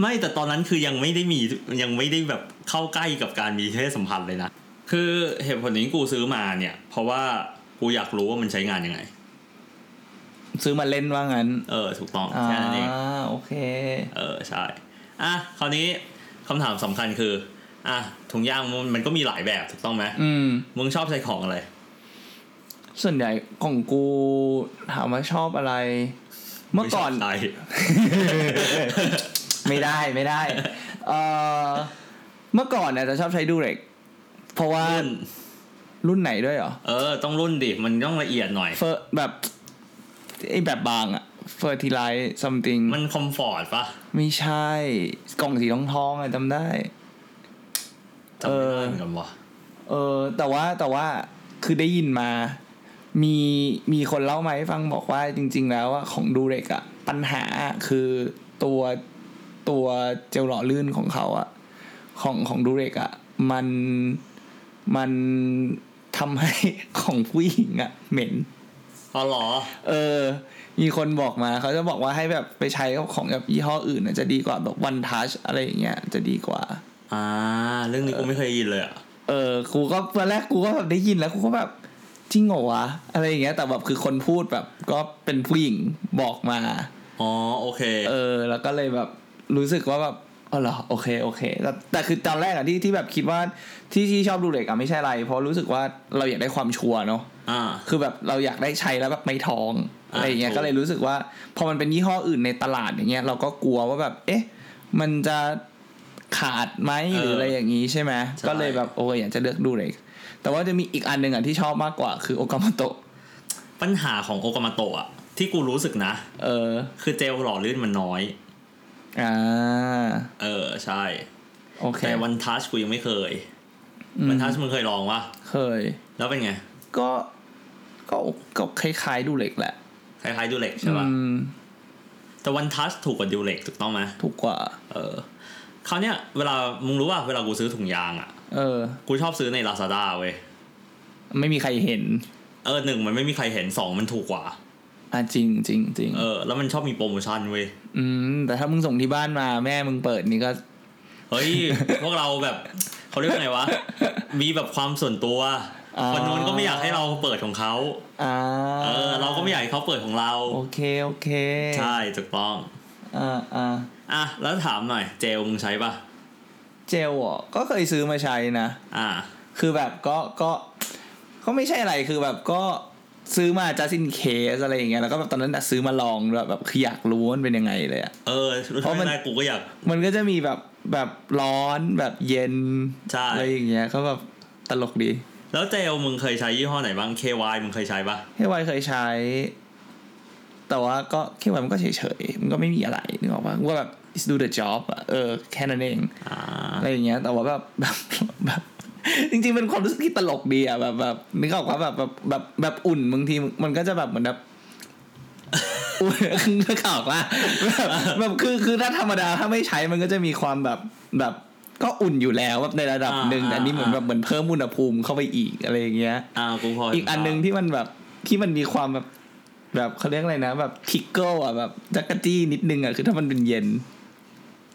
S2: ไม่แต่ตอนนั้นคือยังไม่ได้มียังไม่ได้แบบเข้าใกล้กับการมีเพศสัมพันธ์เลยนะ คือเหตุผลนี้กูซื้อมาเนี่ย เพราะว่ากูอยากรู้ว่ามันใช้งานยังไง
S1: ซื้อมาเล่นว่างั้น
S2: เออ ถูกต้อง
S1: อ่า
S2: แค่นั้นเอง
S1: โอเค
S2: เออใช่ อ่ะคราวนี้คำถามสำคัญคือ อ่ะถุงยางมันมันก็มีหลายแบบถูกต้องไหม
S1: อืม
S2: มึงชอบใช้ของอะไร
S1: ส่วนใหญ่ของกูถามว่าชอบอะไร เมื่อก่อน
S2: ไม่ชบใช้
S1: [laughs] ไม่ได้ไม่ได้ เออเมื่อก่อนเนี่ยจะชอบใช้ดูเร็ก เพราะว่า
S2: รุ่น
S1: รุ่นไหนด้วยเหรอ
S2: เออ ต้องรุ่นดิ มันต้องละเอียดหน่อย
S1: เฟอร์แบบไอแบบบางอะเฟอร์ทีไลท์ซัมติง
S2: มันคอมฟอร์ตปะ
S1: ไม่ใช่ กล่องสีทองทองๆอะจำได้
S2: จำไม่ได้เหมือนกันวะ
S1: เออแต่ว่าแต่ว่าคือได้ยินมา มีมีคนเล่ามาให้ฟังบอกว่าจริง ๆ แล้วอะของดูเรกอะปัญหาอะคือตัวตัวเจลหล่อลื่นของเขาอะของของดูเรกอะมันมันทำให้ [laughs] ของผู้หญิงอะเหม็น
S2: อ๋อเหรอ
S1: เออ มีคนบอกมาเขาจะบอกว่าให้แบบไปใช้กับของแบบยี่ห้ออื่นอะจะดีกว่าแบบวันทัชอะไรอย่างเงี้ยจะดีกว่า
S2: อ่า เรื่องนี้กูไม่เคยได้ยินเลยอ่ะ
S1: เออกูก็ตอนแรกกูก็แบบได้ยินแล้วกูก็แบบจริงเหรอวะอะไรอย่างเงี้ยแต่แบบคือคนพูดแบบก็เป็นผู้หญิงบอกมา
S2: อ๋อโอเค
S1: เออ แล้วก็เลยแบบรู้สึกว่าแบบอ๋อเหรอโอเคโอเคแต่แต่คือตอนแรกอะที่ที่แบบคิดว่าที่ที่ชอบดูเด็กอะไม่ใช่อะไร เพราะรู้สึกว่าเราอยากได้ความชัวร์เนาะ
S2: อ่า
S1: คือแบบเราอยากได้ใช้แล้วแบบไม่ท้องอะไรอย่างเงี้ย
S2: ถูก
S1: ก็เลยรู้สึกว่า พอมันเป็นยี่ห้ออื่นในตลาดอย่างเงี้ยเราก็กลัวว่าแบบ เอ๊ะ มันจะขาดไหมหรืออะไรอย่างงี้ใช่ไหม
S2: ใช่
S1: ก็เลยแบบโอ้ยอยากจะเลือกดูเลย แต่ว่าจะมีอีกอันหนึ่งอ่ะที่ชอบมากกว่าคือโอกามาโตะ
S2: ปัญหาของโอกามาโตะอะที่กูรู้สึกนะ
S1: เออ
S2: คือเจลหล่อลื่นมันน้อย
S1: อ่า
S2: เออ ใช่
S1: โอเค
S2: แต่วันทัชกูยังไม่เคย
S1: อืม
S2: วันทัชมึงเคยลองวะ
S1: เคย
S2: แล้วเป็นไง
S1: ก็ ก็ ก็คล้ายๆดูเล็กแหละ
S2: คล้ายๆดูเล็กใช่ปะ
S1: อืม
S2: แต่วันทัชถูกกว่าดูเล็กถูกต้องไหม
S1: ถูกกว่า
S2: เออคราวเนี้ยเวลามึงรู้ว่าเวลากูซื้อถุงยางอ่ะ
S1: เออ
S2: กูชอบซื้อในลาซาด้าเว้ย
S1: ไม่มีใครเห็น
S2: เออหนึ่งมันไม่มีใครเห็นสองมันถูกกว่า
S1: อ่ะจริงจริงจริง
S2: เออ แล้วมันชอบมีโปรโมชั่นเว้ย
S1: อืม แต่ถ้ามึงส่งที่บ้านมาแม่มึงเปิดนี่ก็
S2: เฮ้ย [laughs] พวกเราแบบเขาเรียกว่าไงวะ มีแบบความส่วนตัว
S1: อ่า
S2: คนนู้นก็ไม่อยากให้เราเปิดของเขา
S1: อ่า
S2: เออ เราก็ไม่อยากให้เขาเปิดของเรา
S1: โอเค โอเค
S2: ใช่ถูกต้อง
S1: อ่าอ่า
S2: อ่ะ แล้วถามหน่อย เจลมึงใช้ปะ
S1: เจลอ่ะก็เคยซื้อมาใช้นะ
S2: อ่า
S1: คือแบบก็ก็ก็ไม่ใช่อะไรคือแบบก็ซื้อมาจ s สินเคสอะไรอย่างเงี้ยแล้วก็แบบตอนนั้นอะซื้อมาลองด้วยแบบคืออยากรู้ว่ามันเป็นยังไงเลยอะ
S2: เออรู้
S1: เพราะมัน
S2: ไม่ได้กูก็อยาก
S1: มันก็จะมีแบบแบบร้อนแบบเย็น
S2: ใช่
S1: อะไรอย่างเงี้ยก็แบบตลกดี
S2: แล้วเจลมึงเคยใช้ยี่ห้อไหนบ้าง KY มึงเคยใช้ปะ
S1: ให้ไวเคยใช้ แต่ว่าก็แค่ว่ามันก็เฉยๆ มันก็ไม่มีอะไรนึกออกปะว่าแบบ is do the job อะเออแค่นั้นเอง
S2: อ่า
S1: อะไรอย่างเงี้ย แต่ว่าแบบ [laughs] แบบแบบ จริงๆ เป็นความรู้สึกที่ตลกดีอะแบบแบบนึกออกว่าแบบแบบแบบแบบอุ่นบางทีมันก็จะแบบเหมือนแบบ [laughs] อุ่นนึกออกว่าแบบแบบคือคือถ้าธรรมดาถ้าไม่ใช้มันก็จะมีความแบบแบบก็อุ่นอยู่แล้วแบบในระดับหนึ่งแต่อันนี้เหมือนแบบเหมือนเพิ่มอุณหภูมิเข้าไปอีกอะไรอย่างเงี้ย
S2: อ่ากูพอ
S1: อี
S2: อี
S1: กอันหนึ่งที่มันแบบที่มันมีความแบบแบบเขาเรียกอะไรนะ แบบทิกเกิลอ่ะแบบจักรจี้นิดนึงอ่ะคือถ้ามันเป็นเย็น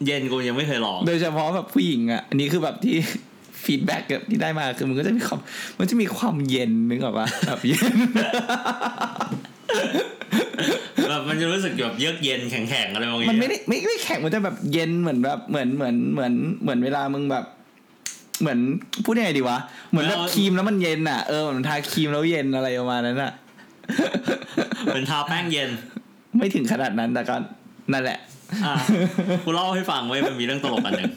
S2: เย็นกูยังไม่เคยล
S1: [laughs]
S2: อง
S1: โดยเฉพาะแบบผู้หญิงอ่ะอันนี้คือแบบที่ [laughs] ฟีดแบ็กที่ได้มาคือมันก็จะมีความมันจะมีความเย็นนึกออกปะแบบเย็
S2: [laughs]
S1: น
S2: แบบมันจะรู้สึกแบบเยือกเย็นแข็งๆอะไรบางอย่าง
S1: มันไม่ได้ไม่ไม่แข็งมันจะแบบเย็นเหมือนแบบเหมือนเหมือนเหมือนเหมือนเวลามึงแบบ เหมือนพูดยังไงดีวะเหมือนแบบครีมแล้วมันเย็นอ่ะเออเหมือนทาครีมแล้วเย็นอะไรประมาณนั้นอ่ะ
S2: เป็นทาแป้งเย็น
S1: ไม่ถึงขนาดนั้นแต่ก็นั่นแหละ [laughs]
S2: อ่ะกูเล่าให้ฟังไว้ยมันมีเรื่องตลกอันหนึ่ง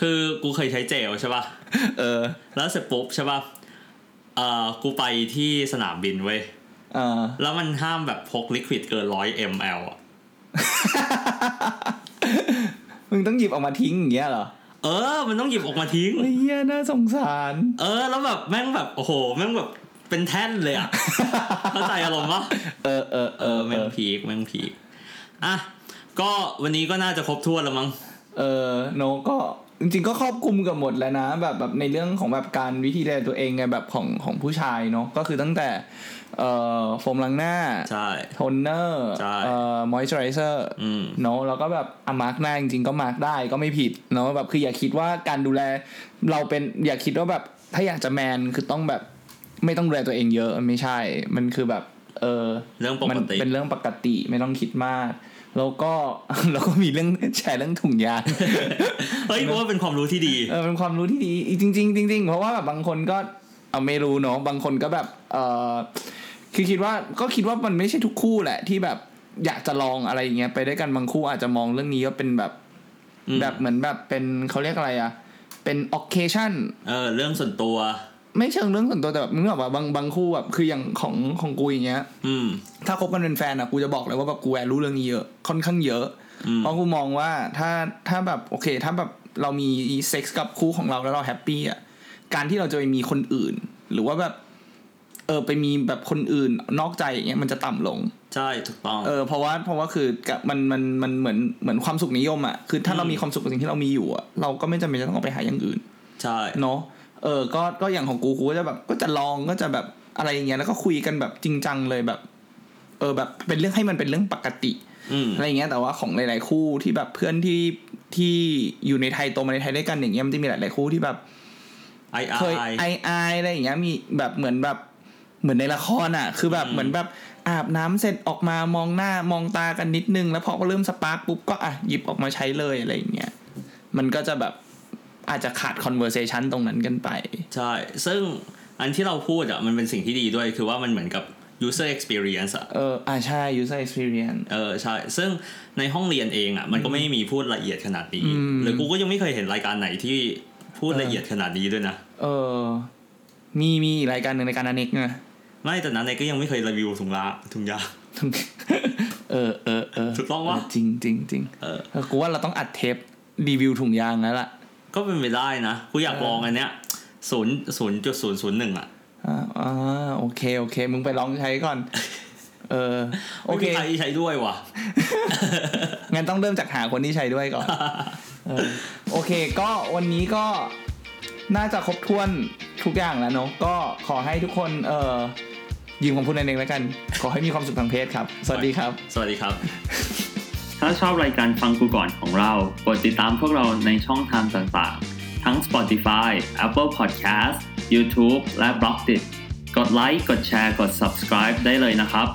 S2: คือกูเคยใช้เจลใช่ป่ะ
S1: เออ
S2: แล้วเสร็จปุ๊บใช่ป่ะเอ่อกูไปที่สนามบินเว้ย
S1: เออ
S2: แล้วมันห้ามแบบพกลิควิดเกินร้อย ml อ่ะ
S1: มึงต้องหยิบออกมาทิ้งอย่างเงี้ยเหรอ
S2: เออ มันต้องหยิบออกมาทิ้ง
S1: เฮ้ยน่าสงสาร
S2: เออ แล้วแบบแม่งแบบโอ้โห แม่งแบบเป็นแท่นเลย [laughs] อ่ะ เข้าใจอารมณ์ปะ
S1: เออเออเอ
S2: เอ
S1: อ
S2: อ
S1: เอ
S2: แม่ง
S1: อ
S2: พีคแม่งพีคอ่ะ ก็วันนี้ก็น่าจะครบทั่วนแล้วมั้ง
S1: เออโนก็จริงๆก็ครอบคลุมเกับหมดแล้วนะ แบบแบบในเรื่องของแบบการวิธีดูแลตัวเองไงแบบของของผู้ชายเนาะก็คือตั้งแต่เอ่อโฟมล้างหน้า
S2: ใช่
S1: โทนเนอร์
S2: ใช่
S1: เอ่อมอยส์เจอไรเซอร์
S2: อืม
S1: เนาะแล้วก็แบบอามาร์กหน้าจริงๆก็มาร์กได้ก็ไม่ผิดเนาะแบบคืออย่าคิดว่าการดูแลเราเป็นอย่าคิดว่าแบบถ้าอยากจะแมนคือต้องแบบไม่ต้องดูแลตัวเองเยอะมันไม่ใช่ มันคือแบบเออ
S2: เรื่องป
S1: มั
S2: กติ
S1: เป็นเรื่องปกติไม่ต้องคิดมาก แล้วก็ [laughs] แล้วก็มีเรื่อง [laughs] แชร์เรื่องถุงยาง [laughs]
S2: เฮ้ยกูว่าเป็นความรู้ที่ดี
S1: เออเป็นความรู้ที่ดีจริงๆจริงๆเพราะว่าแบบบางคนก็เอาไม่รู้เนาะบางคนก็แบบเออคือคิดว่าก็คิดว่ามันไม่ใช่ทุกคู่แหละ ที่แบบอยากจะลองอะไรอย่างเงี้ยไปด้วยกันบางคู่อาจจะมองเรื่องนี้ว่าเป็นแบบ
S2: อืม
S1: แบบเหมือนแบบเป็นเขาเรียกอะไรอะเป็น occasion
S2: เออ เรื่องส่วนตัว
S1: ไม่เชิงเรื่องส่วนตัวแต่แบบมึงแบบว่าบางบางคู่แบบคืออย่างของของกูอย่างเงี้ย
S2: อืม
S1: ถ้าคบกันเป็นแฟนอ่ะกูจะบอกเลยว่าแบบกูแวรู้เรื่องนี้เยอะค่อนข้างเยอะ
S2: อืม
S1: เพราะกูมองว่าถ้าถ้าแบบโอเค ถ้าแบบเรามีเซ็กส์กับคู่ของเราแล้วเราแฮปปี้อ่ะการที่เราจะไปมีคนอื่น หรือว่าแบบเออไปมีแบบคนอื่นนอกใจอย่างเงี้ยมันจะต่ำลง
S2: ใช่ถูกต้อง
S1: เออเพราะว่าเพราะว่าคือกะมันมันมันเหมือนเหมือนความสุขนิยมอ่ะคือถ้าเรามีความสุขกับสิ่งที่เรามีอยู่อ่ะเราก็ไม่จำเป็นจะต้องออกไปหาอย่างอื่น
S2: ใช่
S1: เนาะ เออ ก็ ก็อย่างของกู กูก็จะแบบ ก็จะลอง ก็จะแบบอะไรอย่างเงี้ย แล้วก็คุยกันแบบจริงจังเลยแบบ เออ แบบเป็นเรื่องให้มันเป็นเรื่องปกติ
S2: อืม
S1: [coughs] อะไรอย่างเงี้ย แต่ว่าของหลาย ๆ คู่ที่แบบเพื่อนที่ ที่อยู่ในไทยโตมาในไทยด้วยกันอย่างเงี้ย มันจะมีหลาย ๆ คู่ที่แบบ
S2: ไอไอ
S1: เคยไอไออะไรอย่างเงี้ย มีแบบเหมือนแบบ เหมือนในละครอ่ะ คือแบบ
S2: อืม
S1: เหมือนแบบอาบน้ำเสร็จออกมามองหน้ามองตากันนิดนึง แล้วพอเริ่มสปาร์กปุ๊บก็อ่ะหยิบออกมาใช้เลยอะไรอย่างเงี้ย มันก็จะแบบอาจจะขาด conversation ตรงนั้นกันไป
S2: ใช่ ซึ่งอันที่เราพูดอ่ะ มันเป็นสิ่งที่ดีด้วย คือว่ามันเหมือนกับ user experience อ่ะ
S1: เออ อ่าใช่ user experience
S2: เออ ใช่ ซึ่งในห้องเรียนเองอ่ะ มันก็ไม่มีพูดละเอียดขนาดนี้
S1: อืม
S2: หรือกูก็ยังไม่เคยเห็นรายการไหนที่พูดละเอียดขนาดนี้ด้วยนะ
S1: เออ มีมีอีกรายการหนึ่งรายการอเนกไง
S2: ไม่แต่นั้นเองก็ยังไม่เคยรีวิวถุงละถุงยาง
S1: [laughs] เออเออเออ
S2: ถูกต้องวะ
S1: เจริงจริงจริง
S2: เออ
S1: เออกูว่าเราต้องอัดเทปรีวิวถุงยางแล้วล่ะ
S2: ก็เป็นไปได้นะ กูอยากลองอันเนี้ยศูนย์ศูนย์จุดศูนย์ศูนย์หนึ่งอ่ะ
S1: อ่าอ่าโอเค โอเค มึงไปลองใช้ก่อน เออ โอเค
S2: ไม่มีใครใช้ด้วยว่ะ
S1: งั้นต้องเริ่มจากหาคนที่ใช้ด้วยก่อนเออโอเค ก็วันนี้ก็น่าจะครบถ้วนทุกอย่างแล้วเนอะก็ขอให้ทุกคน เออยืมของพูดนั่นเองแล้วกัน ขอให้มีความสุขทางเพศครับ สวัสดีครับ
S2: สวัสดีครับ
S3: ถ้าชอบรายการฟังกูก่อนของเรา กดติดตามพวกเราในช่องทางต่างๆ ทั้ง Spotify, Apple Podcast, YouTube และ b l o g d i t กดไลค์ กดแชร์ กด subscribe ได้เลยนะครับ